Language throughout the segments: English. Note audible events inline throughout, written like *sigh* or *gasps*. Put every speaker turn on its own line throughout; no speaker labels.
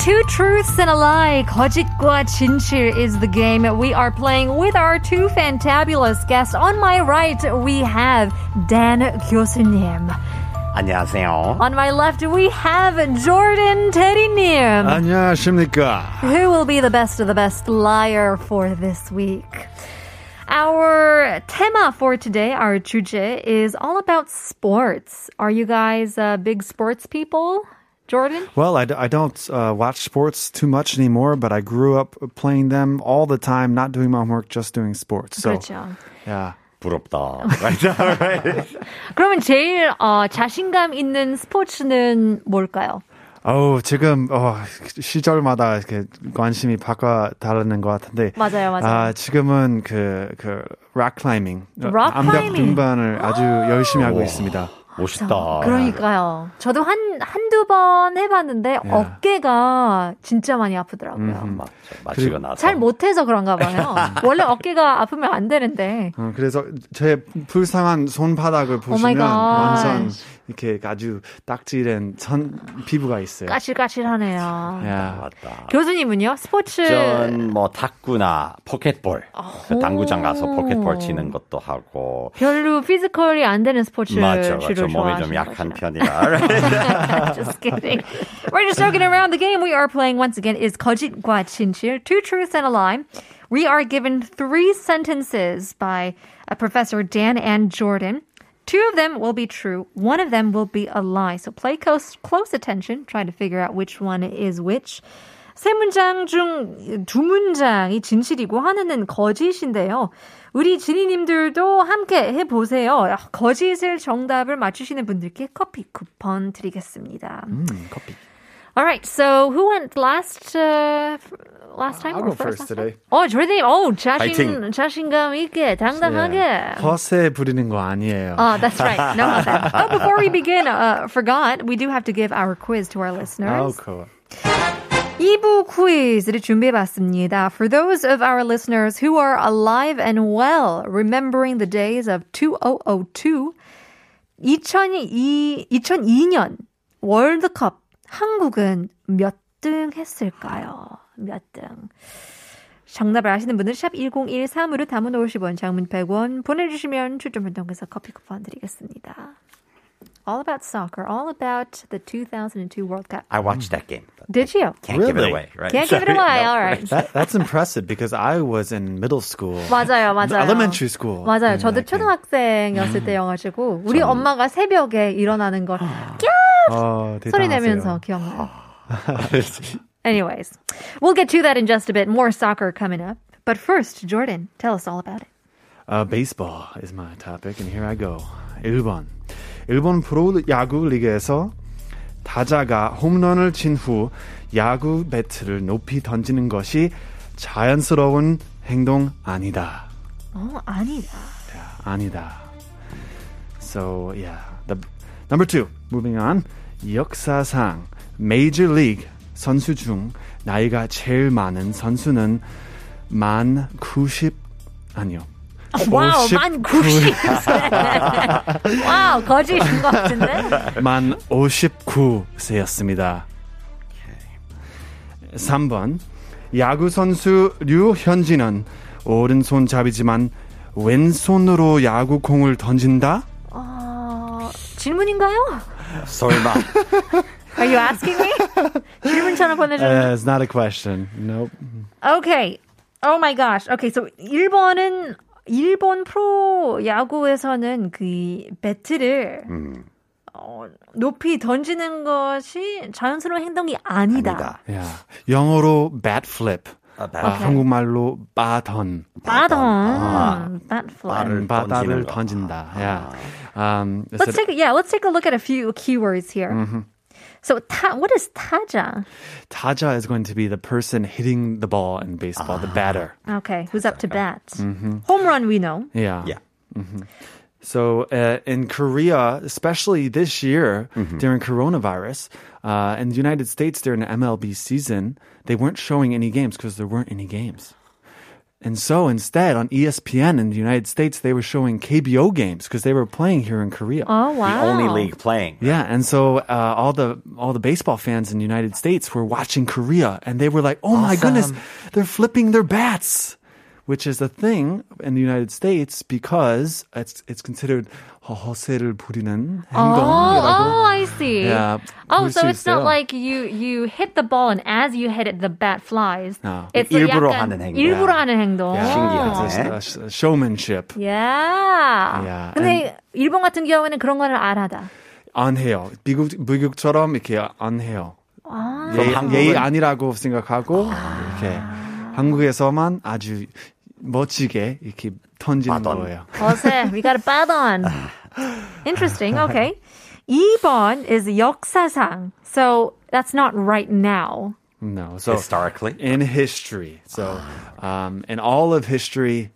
Two truths and a lie. 거짓과 진실 is the game we are playing with our two fantabulous guests. On my right, we have Dan 교수님.
안녕하세요.
On my left, we have Jordan 테리님,
안녕하십니까.
who will be the best of the best liar for this week. Our tema for today, our 주제, is all about sports. Are you guys uh, big sports people? Jordan?
Well, I, d- I don't uh, watch sports too much anymore, but I grew up playing them all the time, not doing my homework, just doing sports. So,
그렇죠.
yeah.
*laughs*
부럽다. Right? Alright.
그러면 제일 어, 자신감 있는 스포츠는 뭘까요?
어우, 지금, 어, 시절마다 이렇게 관심이 바꿔 다르는 것 같은데.
맞아요, 맞아요.
아, 지금은 그, 그, 락 클라이밍.
락
암벽
클라이밍.
등반을 아주 열심히 하고 있습니다.
멋있다.
그러니까요. 저도 한 한두 번 해봤는데
예.
어깨가 진짜 많이 아프더라고요.
맞 마시고 나서.
잘 못해서 그런가
*laughs*
봐요.
예.
원래 어깨가 아프면 안 되는데.
어, 그래서 제 불쌍한 손바닥을
Oh my
보시면
gosh.
완전 이렇게 아주 딱지된 선, 피부가 있어요.
까실까실하네요.
Yeah.
맞다.
교수님은요? 스포츠
예. 전뭐 탁구나 포켓볼. 그 당구장 가서
오.
포켓볼 치는 것도 하고.
별로 피지컬이 안 되는 스포츠
맞죠, 맞죠.
주로
몸이
좋아하시는
좀 약한
거죠.
편이라. *laughs* Alright.
*laughs* just kidding. We're just joking around. The game we are playing once again is 거짓과 진실, two truths and a lie. We are given three sentences by uh, Professor Dan and Jordan. Two of them will be true. One of them will be a lie. So play close, close attention. Try to figure out which one is which. 세 문장 중 두 문장이 진실이고 하나는 거짓인데요. 우리 지니님들도 함께 해보세요. 거짓을 정답을 맞추시는 분들께 커피 쿠폰 드리겠습니다.
음,
Alright, so who went last? Uh, last time?
I'll
or
go first
last time?
today.
어, 조리님, 어, 자신
파이팅.
자신감 있게 당당하게.
허세 부리는 거 아니에요.
Oh, that's right. No, not that. Oh, before we begin, uh, forgot we do have to give our quiz to our listeners.
아우, Oh, cool.
2부 퀴즈를 준비해봤습니다. For those of our listeners who are alive and well, remembering the days of 2002, 2002, 2002년 월드컵 한국은 몇 등 했을까요? 몇 등? 정답을 아시는 분은 샵 1013으로 담은 50원, 장문 100원 보내주시면 추첨 활동에서 커피 쿠폰 드리겠습니다. All about soccer, all about the 2002 World Cup.
I watched that game. but
Did you?
Can't give it
Really?
away. Right?
Can't give it
Sorry.
away.
No.
All right.
That, that's impressive because I was in middle school.
맞아요, 맞아요.
Elementary school.
맞아요.
음,
저도
that game.
초등학생이었을 때여가지고 우리 엄마가 새벽에 일어나는
*gasps*
걸
어, 대단하세요.
소리 내면서 기억나요. Anyways, we'll get to that in just a bit. More soccer coming up. But first, Jordan, tell us all about it.
Uh, baseball is my topic, and here I go. 1번. 일본 프로야구 리그에서 타자가 홈런을 친 후 야구 배트를 높이 던지는 것이 자연스러운 행동 아니다.
어, 아니다.
아니다. So yeah, the number two. Moving on. 역사상 메이저 리그 선수 중 나이가 제일 많은 선수는 만 90, 아니요.
어, 와우,
59
만
*laughs*
90. 와우, 거짓인 것
*laughs*
같은데?
만 59세였습니다. 3번 야구 선수 류현진은 오른손잡이지만 왼손으로 야구공을 던진다?
어, 질문인가요?
*laughs* 설마.
Are you asking
*laughs*
me? 질문처럼 보내주는
Uh, it's not a question. Nope.
Okay. Oh my gosh. Okay. So 일본은 일본 프로 야구에서는 그 배트를
음.
어, 높이 던지는 것이 자연스러운 행동이 아니다.
아니다.
Yeah. 영어로 bat flip.
아, bat
아,
flip.
한국말로 바던.
아.
빠던. Bat flip.
발을
바다를
던지는 거.
던진다. Yeah. Um, is
Let's
it-
take a- yeah. Let's take a look at a few keywords here. So ta, what is 타자?
Taja is going to be the person hitting the ball in
Ah.
baseball, the batter.
Okay, who's up to bat? Home run we know.
Yeah.
Yeah.
So uh, in Korea, especially this year
Mm-hmm.
during coronavirus, uh, in the United States during the MLB season, they weren't showing any games because there weren't any games. And so instead, on E ESPN in the United States, they were showing KBO games because they were playing here in Korea.
Oh wow.
The only league playing.
예,
Yeah, and so uh, all the all the baseball fans in the United States were watching Korea, and they were like, "Oh my goodness, they're flipping their bats," which is a thing in the United States because it's it's considered 허세를 부리는
Oh,
행동이라고.
oh, I see.
Yeah,
oh,
볼수
so it's not
있어요.
like you you hit the ball and as you hit it, the bat flies.
No.
It's
일부러
약간
하는 행동.
일부러 하는 행동.
Yeah. 신기하네.
It's just, uh, sh- showmanship.
Yeah.
Yeah,
근데 일본 같은 경우에는 그런 거는 안 하다.
안 해요. 미국 미국처럼 이렇게 안 해요.
아,
예,
그럼 한국은-
예의 아니라고 생각하고 이렇게 한국에서만 아주 멋지게 이렇게 던지는
빠던.
거예요.
어세, we got a bad on. Interesting. Okay. 2번 is 역사상. So that's not right now.
No, so
Historically.
in history. So, um, in all of history,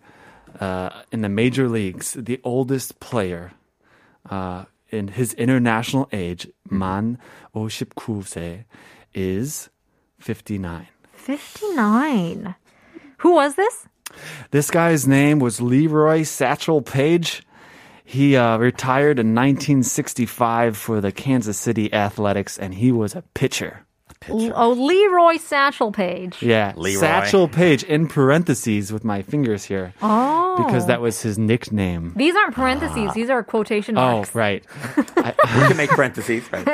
uh, in the major leagues, the oldest player uh, in his international age, man 59세, is 59.
59. Who was this?
This guy's name was Leroy Satchel Page. He uh, retired in 1965 for the Kansas City Athletics, and he was a pitcher.
Oh, Leroy Satchel Page.
Yeah,
Leroy.
Satchel Page in parentheses with my fingers here.
Oh.
because that was his nickname.
These aren't parentheses. These are quotation
Oh,
marks.
right. *laughs*
We can make parentheses,
*laughs*
right?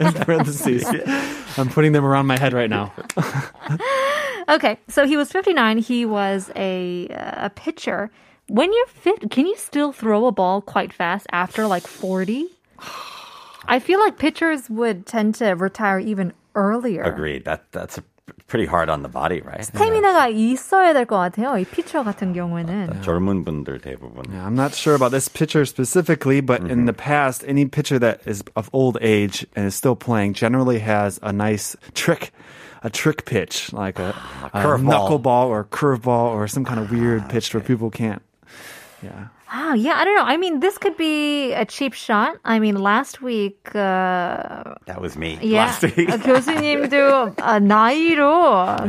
In parentheses. I'm putting them around my head right now.
Okay, so he was 59. He was a uh, a pitcher. When you're fit, can you still throw a ball quite fast after like 40? *sighs* I feel like pitchers would tend to retire even earlier.
Agreed. That that's a, pretty hard on the body, right?
스태미나가 있어야 될 것 같아요. 이 피처 Oh, 같은
Uh,
경우에는.
젊은 분들 대부분.
Yeah, I'm not sure about this pitcher specifically, but in
Mm-hmm.
the past, any pitcher that is of old age and is still playing generally has a nice trick, a trick pitch, like a, a
Ah, curveball. Ah,
knuckleball or curveball or some kind of weird pitch where people can't. Yeah.
Wow, yeah, I don't know. I mean, this could be a cheap shot. I mean, last week, uh,
That was me
Yeah.
last week.
아, 교수님도 아, 나이로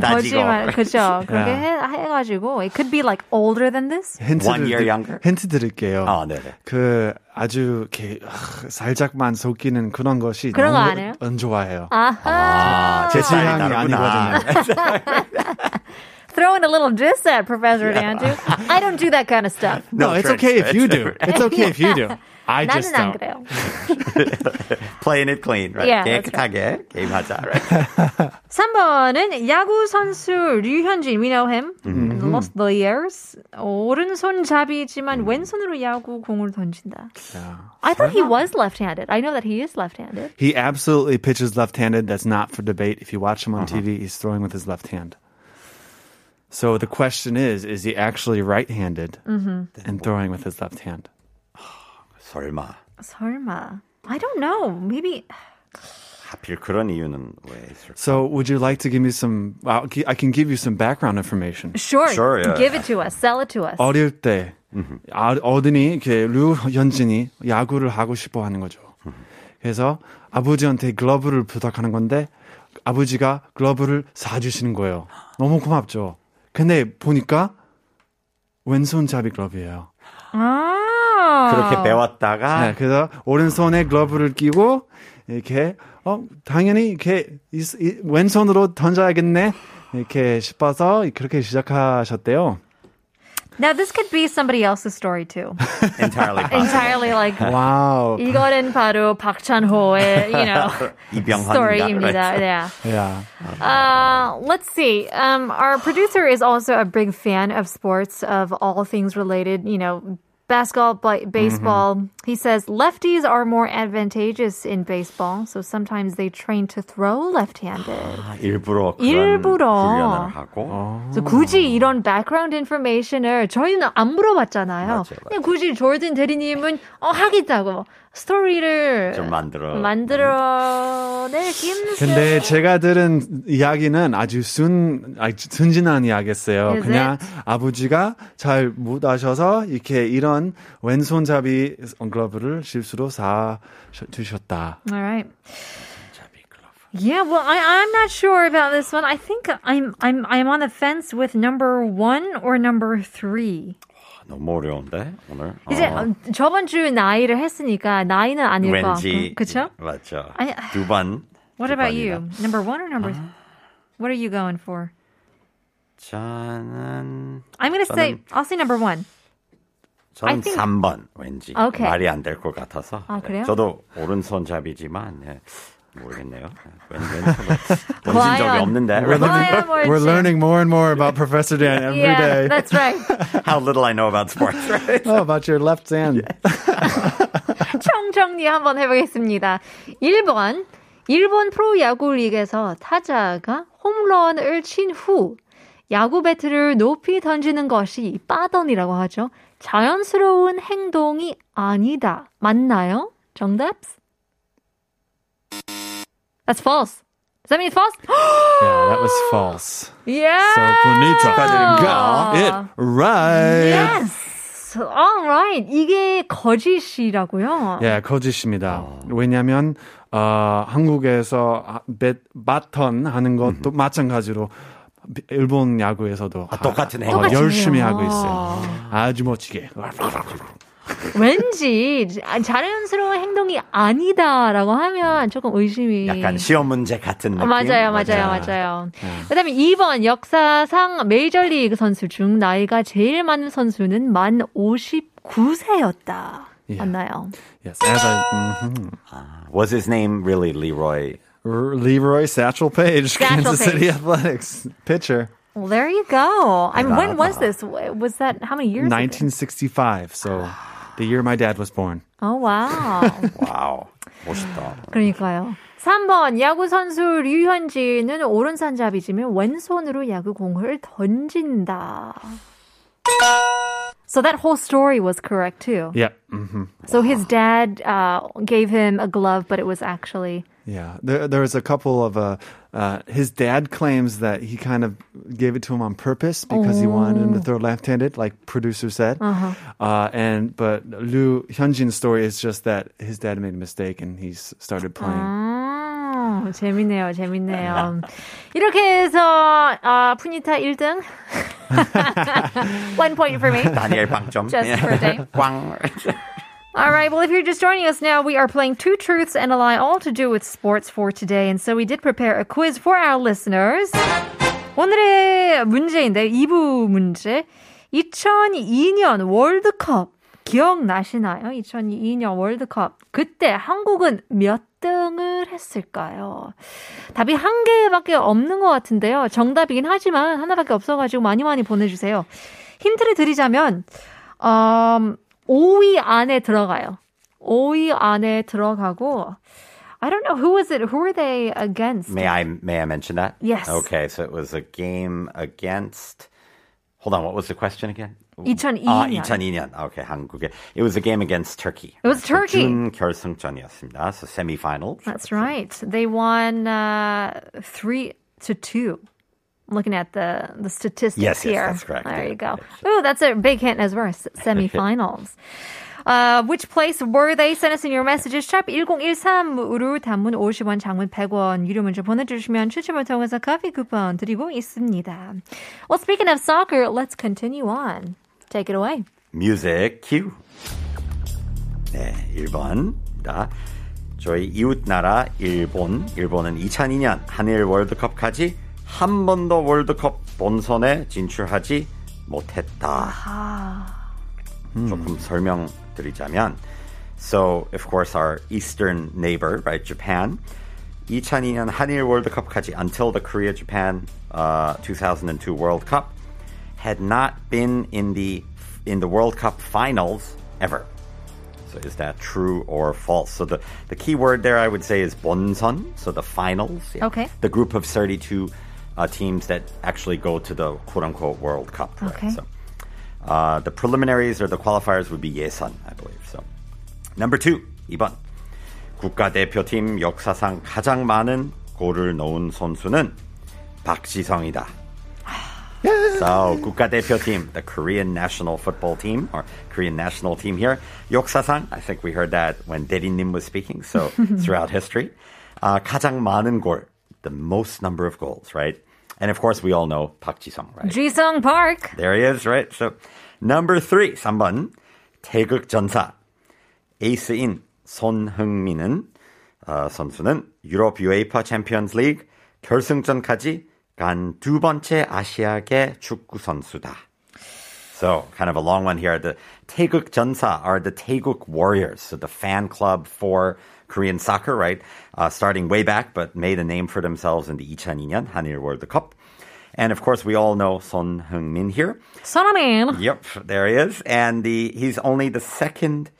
*laughs* 따지고.
거짓말 그죠? 그렇게
Yeah.
해, 해가지고 it could be like older than this.
힌트
One year
드리-
younger?
힌트 드릴게요.
아, 네네.
그 아주 이렇게 아, 살짝만 속이는 그런 것이
그런 거
너무
안 해요?
안 좋아해요.
*laughs* 아, 제
제
스타일이
향이
다르구나. *laughs*
Throwing a little diss at Professor Andrew. I don't do that kind of stuff.
*laughs* No, it's okay if you do. It's okay if
*laughs*
you do. I just
나는 안
don't.
그래요.
Playing it clean, right?
Yeah, that's
깨끗하게 게임하자, *laughs* right?
3번은 야구 선수 류현진. We know him. Lost the years. 오른손잡이지만 왼손으로 야구 공을 던진다. I thought he was left-handed. I know that he is left-handed.
He absolutely pitches left-handed. That's not for debate. If you watch him on
Uh-huh.
TV, he's throwing with his left hand. So the question is: Is he actually right-handed
Mm-hmm.
and throwing with his left hand?
설마
설마. I don't know. Maybe
하필 그런 이유는 왜 있을까?
So, would you like to give me some? I'll gi- I can give you some background information.
Sure.
Sure, yeah.
Give it to us. Sell it to us.
어릴 때 아, 어른이 이렇게 류현진이 야구를 하고 싶어 하는 거죠. 그래서 아버지한테 글러브를 부탁하는 건데 아버지가 글러브를 사주시는 거예요. 너무 고맙죠. 근데 보니까 왼손잡이 글러브예요.
아.
그렇게 배웠다가
네, 그래서 오른손에 글러브를 끼고 이렇게 어 당연히 이렇게 이, 이, 왼손으로 던져야겠네 이렇게 싶어서 그렇게 시작하셨대요.
Now this could be somebody else's story
*laughs*
too.
entirely
*laughs*
possible.
Entirely like
와우.
이거는 바로 박찬호의, you know,
*laughs*
story입니다. 네.
이병헌입니다.
Yeah.
야.
Uh, let's see. Um, our producer is also a big fan of sports, of all things related, you know, basketball, b- baseball.
Mm-hmm.
He says lefties are more advantageous in baseball, so sometimes they train to throw left-handed.
아, 일부러 그런 어.
일부러.
훈련을 하고
그래서 굳이
Oh.
이런 background information을 저희는 안 물어봤잖아요.
맞아요, 맞아요.
근데 굳이 조든 대리님은 어 하겠다고 스토리를
좀 만들어.
만들어낼 김수.
근데 제가 들은 이야기는 아주 순, 아주 순진한 이야기였어요.
Is
그냥
it?
아버지가 잘 못 하셔서 이렇게 이런 왼손잡이 글러브를 실수로 사 주셨다.
All right. Yeah, well, I, I'm not sure about this one. I think I'm I'm I'm on the fence with number one or number three.
너무 어려운데 오늘.
이제
어,
어, 저번 주 나이를 했으니까 나이는 아닐 것
왠지
같고, 그렇죠?
맞죠.
아니,
두 번.
What
두
about
번이다.
you? Number one or number? What are you going for?
저는
I'm gonna say
저는-
I'll say number one. I
저는
think-
3번 왠지
Okay.
말이 안 될 것 같아서.
아,
네,
그래요?
저도 오른손잡이지만 예, 모르겠네요. 왼, 왼손을
*laughs*
던진 적이
과연. 뭐,
없는데.
과연 뭘지.
We're learning more and more about
*laughs*
Professor Dan every day.
Yeah, that's right.
How little I know about sports. Right?
네.
Oh, about your left hand.
총정리 한번 해보겠습니다. 1번. 일본 프로야구 리그에서 타자가 홈런을 친 후 야구 배트를 높이 던지는 것이 빠던이라고 하죠. 자연스러운 행동이 아니다. 맞나요? 정답? That's false. Does that mean it's false? *gasps*
Yeah, that was false. So
yeah!
Punita got
축하드립니다. 예.
it right.
Yes! Alright. 이게 거짓이라고요?
예, 거짓입니다. 왜냐하면 어, 한국에서 아, 배, 바턴 하는 것도 마찬가지로 비- 일본 야구에서도 아,
똑같은
어,
행동.
열심히
똑같네요.
하고 있어요. 아주 멋지게.
왠지 아, 자- 자연스러운 행동이 아니다라고 하면 조금 의심이
약간 시험 문제 같은
어,
느낌.
맞아요, 맞아요, 맞아요. 그다음에 2번 역사상 메이저리그 선수 중 나이가 제일 많은 선수는 만 59세였다.
예.
맞나요?
Yes, as I, mhm.
Was his name really Leroy?
R- 음, Leroy Satchel Page,
Satchel
Kansas City
Paige.
Athletics pitcher,
Well, there you go. I mean, when was this? Was that how many years? ago?
1965. So the year my dad was born.
Oh wow.
와우 멋있다.
그러니까요. 3번 야구 선수 류현진은 오른손잡이지만 왼손으로 야구 공을 던진다. So that whole story was correct too.
Yeah. hmm
So his dad uh, gave him a glove, but it was actually
Yeah, there there was a couple of uh, uh, his dad claims that he kind of gave it to him on purpose because he wanted him to throw left-handed, like producer said. uh and but Liu Hyunjin's story is just that his dad made a mistake and he s- started playing.
아, 재밌네요, 재밌네요. 이렇게 해서 아, 푸니타 1등. *laughs* One point for me.
다니엘 방점.
Just for a
*laughs*
day.
꽝.
All right. Well, if you're just joining us now, we are playing Two Truths and a Lie, all to do with sports for today. And so we did prepare a quiz for our listeners. 오늘의 문제인데 2부 문제. 2002년 월드컵 기억나시나요? 2002년 월드컵. 그때 한국은 몇 등을 했을까요? 답이 한 개밖에 없는 것 같은데요. 정답이긴 하지만 하나밖에 없어가지고 많이 많이 보내주세요. 힌트를 드리자면, 음, 5위 안에 들어가요. 5위 안에 들어가고, I don't know who was it, who were they against?
May I may I mention that?
Yes.
Okay, so it was a game against. Hold on, what was the question again?
2002
아,
년.
2002년. Okay, 한국에. It was a game against Turkey.
It was Turkey.
결승전이었습니다. So semifinal.
That's right. They won uh, three to two. I'm looking at the the statistics
Yes, yes,
here.
that's correct.
There
Yeah,
you go.
yeah,
Ooh, that's a big hint as well.
*laughs*
s- Semifinals. Uh, which place were they? Send us in your messages. 샵 1013으로 단문 50원, 장문 100원 유료 문자 보내주시면 추첨을 통해서 커피 쿠폰 드리고 있습니다. Well, speaking of soccer, let's continue on. Take it away.
Music cue. 네, 1번입니다. 저희 이웃나라 일본, 일본은 2002년 한일 월드컵까지 한 번 더 월드컵 본선에 진출하지 못했다. 조금 설명드리자면 So, of course, our eastern neighbor, right, Japan. 2002년 한일 월드컵까지 until the Korea-Japan uh, 2002 World Cup had not been in the in the World Cup finals ever. So is that true or false? So the, the key word there I would say is bonson, so the finals. yeah.
Okay.
The group of 32 uh, teams that actually go to the quote-unquote World Cup. right?
Okay.
So uh, the preliminaries or the qualifiers would be Yesan, I believe. So, number two, 2번. 국가대표팀 역사상 가장 많은 골을 넣은 선수는 박지성이다. So, 국가대표팀, the Korean national football team or Korean national team here. 역사상, I think we heard that when 대리님 was speaking, so throughout history. Uh, 가장 많은 골, the most number of goals, right? And of course, we all know Park Ji-sung, right?
Jisung Park.
There he is, right? So, number three, 3번. 태극전사. 에이스인 손흥민은, 어, 선수는 유럽 UEFA 챔피언스 리그 결승전까지 간 두 번째 아시아계 축구 선수다. So, kind of a long one here. The Taeguk Junsa are the Taeguk Warriors, so the fan club for Korean soccer, right? Uh, starting way back, but made a name for themselves in the 2002년 Hanil World Cup. And of course, we all know Son Heung-min here.
Son of man.
Yep, there he is. And the he's only the second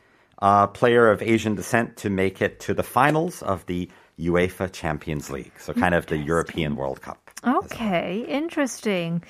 uh, player of Asian descent to make it to the finals of the UEFA Champions League. So kind of the European World Cup.
Okay, interesting.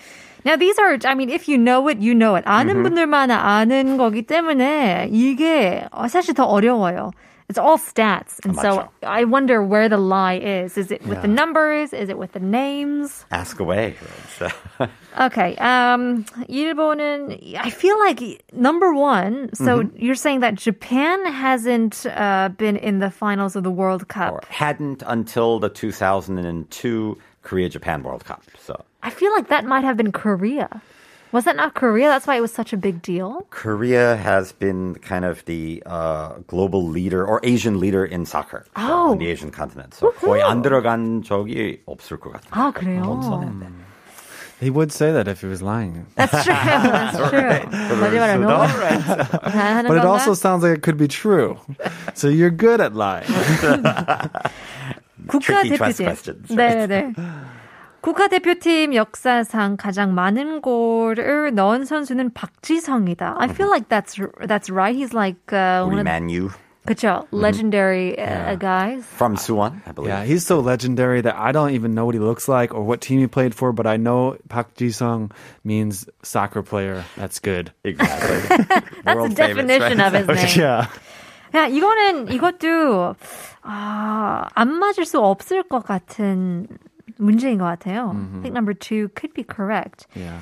Now these are, I mean, if you know it, you know it.
Mm-hmm.
아는 분들만 아는 거기 때문에 이게 어, 사실 더 어려워요. It's all stats, and so
맞죠.
I wonder where the lie is. Is it with the numbers? Is it with the names?
Ask away. right? So-
Okay. Um, 일본은 I feel like number one. So
Mm-hmm.
you're saying that Japan hasn't uh, been in the finals of the World Cup.
or hadn't until the 2002 Korea Japan World Cup. So
I feel like that might have been Korea. Was that not Korea? That's why it was such a big deal.
Korea has been kind of the uh, global leader or Asian leader in soccer so,
Oh.
on the Asian continent. So 거의 안 들어간 적이 없을 것 같아요.
아, 그래요?
He would say that if he was lying.
That's true. *laughs* That's true. 거짓말을 너무 하는
But it
건가?
also sounds like it could be true. So you're good at lying.
tricky test
국가대표팀.
questions,
네, 네. 국가대표팀 역사상 가장 많은 골을 넣은 선수는 박지성이다. I feel like that's that's right. He's like uh,
우리 음.
one of the,
Man U
그쵸, legendary uh, guys.
from Suwon, I believe.
Yeah, he's so legendary that I don't even know what he looks like or what team he played for, but I know Pak Ji-sung means soccer player. That's good. *laughs*
exactly.
That's the
*laughs* World famous,
definition
right?
of his name.
Yeah.
야, 이거는 이것도 아, 안 맞을 수 없을 것 같은 문제인 것 같아요. I think number two could be correct.
Yeah.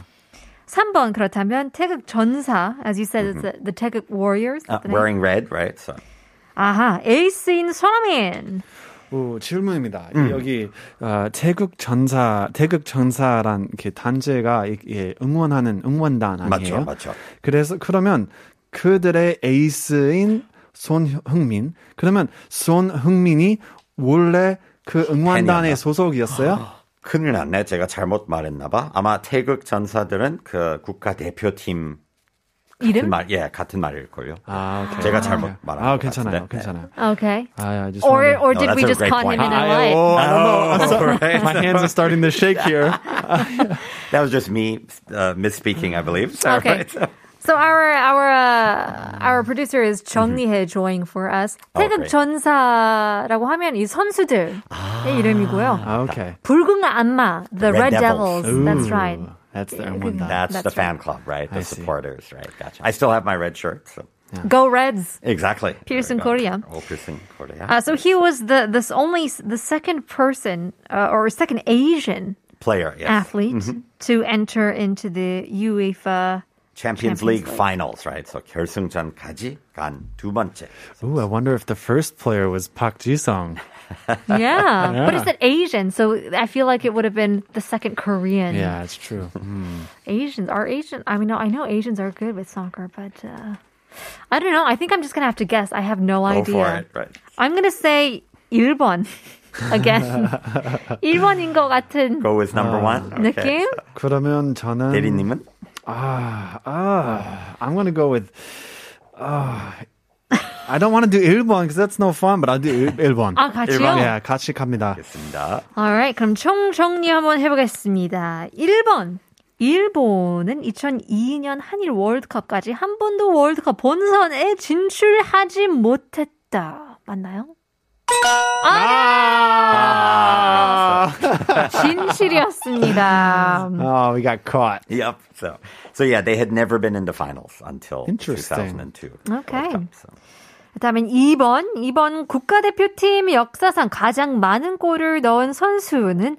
3번 그렇다면 태극 전사, as you said, it's the, the 태극 warriors.
*laughs* Uh, wearing red, right? So
아하, 에이스인 손흥민.
오, 질문입니다.
음.
여기 어, 태극 전사, 태극 전사란 이렇게 단체가 이- 예, 응원하는 응원단 아니에요?
맞죠, 맞죠.
그래서 그러면 그들의 에이스인 손흥민. 그러면 손흥민이 원래 그 응원단의
팬이었나? 아,
소속이었어요?
큰일 났네. 제가 잘못 말했나 봐. 아마 태극 전사들은 그 국가 대표팀
이름?
같은 말, 예, 같은 말일 걸요.
아, 오케이.
제가 잘못
오케이.
뭐 말한
아,
것 같은데.
괜찮아요, 괜찮아요.
Okay.
아, I just
네. Or
wanted to-
or
No,
did we
that's a
just
great
caught him
point.
in a
*laughs*
I,
lie?
oh, I don't know. I'm sorry. *laughs*
Right?
아, My hands are starting to shake
*laughs*
here.
That was just me uh, misspeaking, I believe. So,
Okay.
Oh, right. Ah.
So our our uh, our producer is 정리해 drawing for us.
Mm-hmm. Oh,
태극
great.
전사라고 하면 이 선수들의 이름이고요.
아, okay.
붉은 악마, the red,
Red
devils.
Devils.
That's
Ooh,
right.
That's
*laughs*
the 응원단.
That's,
That's
the fan club, right? The
I see.
supporters, right? Gotcha. I still have my red shirt. So.
Go Reds.
Exactly.
Pearson
There we go.
Korea.
Oh, Pearson Korea.
Uh, so he was the this only the second person uh, or second Asian
Player, yes.
Ah,
Mm-hmm.
athlete to enter into the
*laughs*
UEFA.
Champions,
Champions
League,
League.
finals, right? So 결승전까지 간두 번째.
Ooh, I wonder if the first player was Pak Ji-sung.
Yeah. but it's an Asian, so I feel like it would have been the second Korean.
Yeah, it's true.
Asians are Asian. I mean, no, I know Asians are good with soccer, but uh, I don't know. I think I'm just gonna have to guess. I have no
Go
idea.
for it, right?
I'm gonna say 1번 *laughs* again.
*laughs*
1번인 것 같은
Go with number one.
느낌.
그러면 저는
대리님은?
ah, I'm gonna go with ah, I don't want to do 일본 because that's no fun, but I'll do 일- 일본.
아 같이요.
Yeah, 같이 갑니다.
알겠습니다.
Alright, 그럼 총 정리 한번 해보겠습니다. 1번. 일본은 2002년 한일 월드컵까지 한 번도 월드컵 본선에 진출하지 못했다. 맞나요?
Ah!
진실이었습니다.
Oh, we got caught.
Yep. So, so yeah, they had never been in the finals until
Interesting.
2002. World
Okay.
Cup, so.
그다음엔 2번. 2번 국가대표팀 역사상 가장 많은 골을 넣은 선수는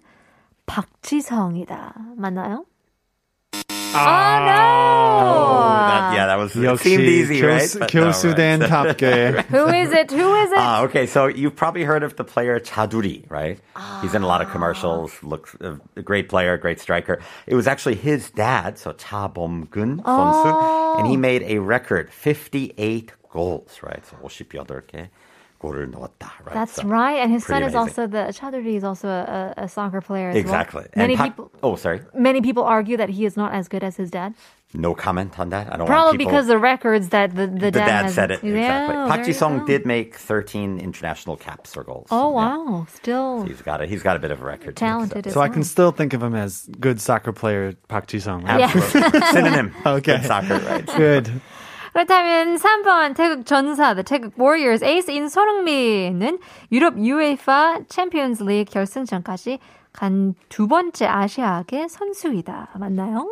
박지성이다. 맞나요? 아, 네.
Oh, that, yeah, that was it seemed easy, right? But no,
교수된
right.
*laughs* 답게.
Who is it? Who is it?
Ah, okay. So you've probably heard of the player Chaduri, right? He's in a lot of commercials.
Ah.
Looks uh, a great player, great striker. It was actually his dad, so Cha Bom-gun 선수, and he
Oh.
made a record 58 goals, right? So 58개 골을 넣었다, right?
That's
So,
right. And his son
pretty
is also the Chowdhury is also a, a soccer player as
Exactly.
well. Many
and Pak-
people
Oh, sorry.
many people argue that he is not as good as his dad.
No comment on that. I don't want
Probably
people...
because the records that the, the,
the
dad,
dad
has,
said it exactly.
Yeah,
Park
there
Ji
you
Sung
go.
did make 13 international caps or goals.
Oh
so, yeah.
wow! Still
He's got a he's got a bit of a record.
talented. as
So I
well.
can still think of him as good soccer player Park Ji-sung. right?
Absolutely. Synonym.
Okay.
Good soccer, right? *laughs*
Good.
그렇다면 3번 태극 전사, the 태극 warriors 에이스인 손흥민은 유럽 UEFA 챔피언스 리그 결승전까지 간 두 번째 아시아계 선수이다. 맞나요?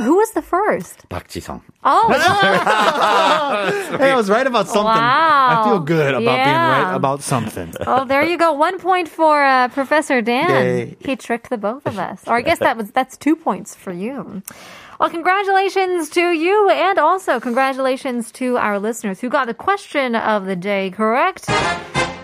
Who was the first?
Park Ji Sung.
Oh,
Hey, I was right about something. I
Wow.
feel good about being right
Yeah.
about something.
oh, there you go. One point for uh, Professor Dan.
Yay.
He tricked the both of us. Or I guess that was that's two points for you. Well, congratulations to you, and also congratulations to our listeners who got the question of the day correct.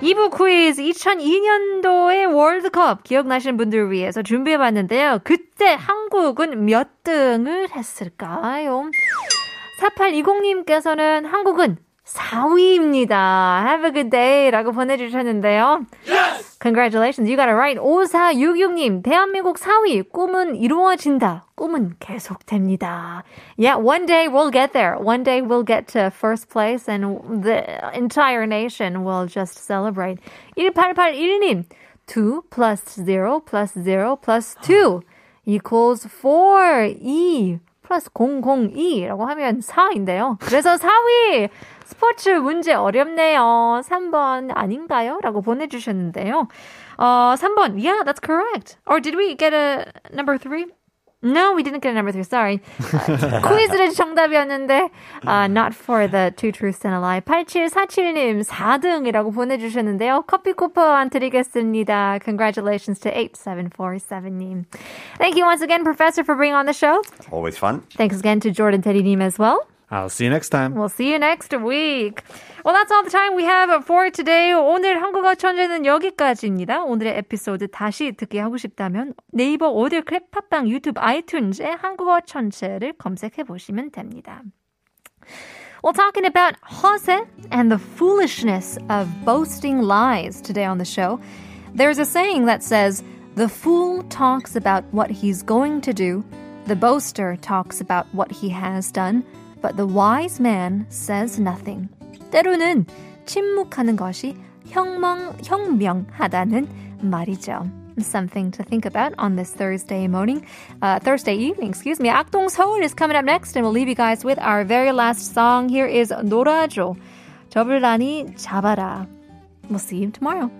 2부 quiz 2002년도의 월드컵 기억나시는 분들을 위해서 준비해봤는데요. 그때 한국은 몇 등을 했을까요? 4820님께서는 한국은 4위입니다. Have a good day 라고 보내주셨는데요. Congratulations, you got it right. 5466님, 대한민국 4위, 꿈은 이루어진다. 꿈은 계속됩니다. Yeah, one day we'll get there. One day we'll get to first place and the entire nation will just celebrate. 1881님, 2 plus 0 plus 0 plus 2 equals E 4. 2 플러스 E 002라고 하면 4인데요. 그래서 4위! 스포츠 문제 어렵네요. 3번 아닌가요? 라고 보내주셨는데요. 어, 3번. Yeah, that's correct. Or did we get a number 3? No, we didn't get a number 3. Sorry. 퀴즈는 정답이었는데 아, not for the two truths and a lie. 8747님 4등이라고 보내주셨는데요. 커피 쿠폰 드리겠습니다. Congratulations to 8747님. Thank you once again, Professor, for being on the show.
Always fun.
Thanks again to Jordan Teddy Neem as well.
I'll see you next time.
We'll see you next week. Well, that's all the time we have for today. 오늘 한국어 천재는 여기까지입니다. 오늘의 에피소드 다시 듣기 하고 싶다면 네이버 오디오 클립 팟빵 유튜브 아이튠즈에 한국어 천재를 검색해 보시면 됩니다. Well, talking about 허세 and the foolishness of boasting lies today on the show, there's a saying that says, The fool talks about what he's going to do, the boaster talks about what he has done, but the wise man says nothing. 때로는 침묵하는 것이 형멍, 형명하다는 말이죠. Something to think about on this Thursday morning, uh, Thursday evening, excuse me. Akdong Seoul is coming up next, and we'll leave you guys with our very last song. Here is Norajo, 접을라니 잡아라. We'll see you tomorrow.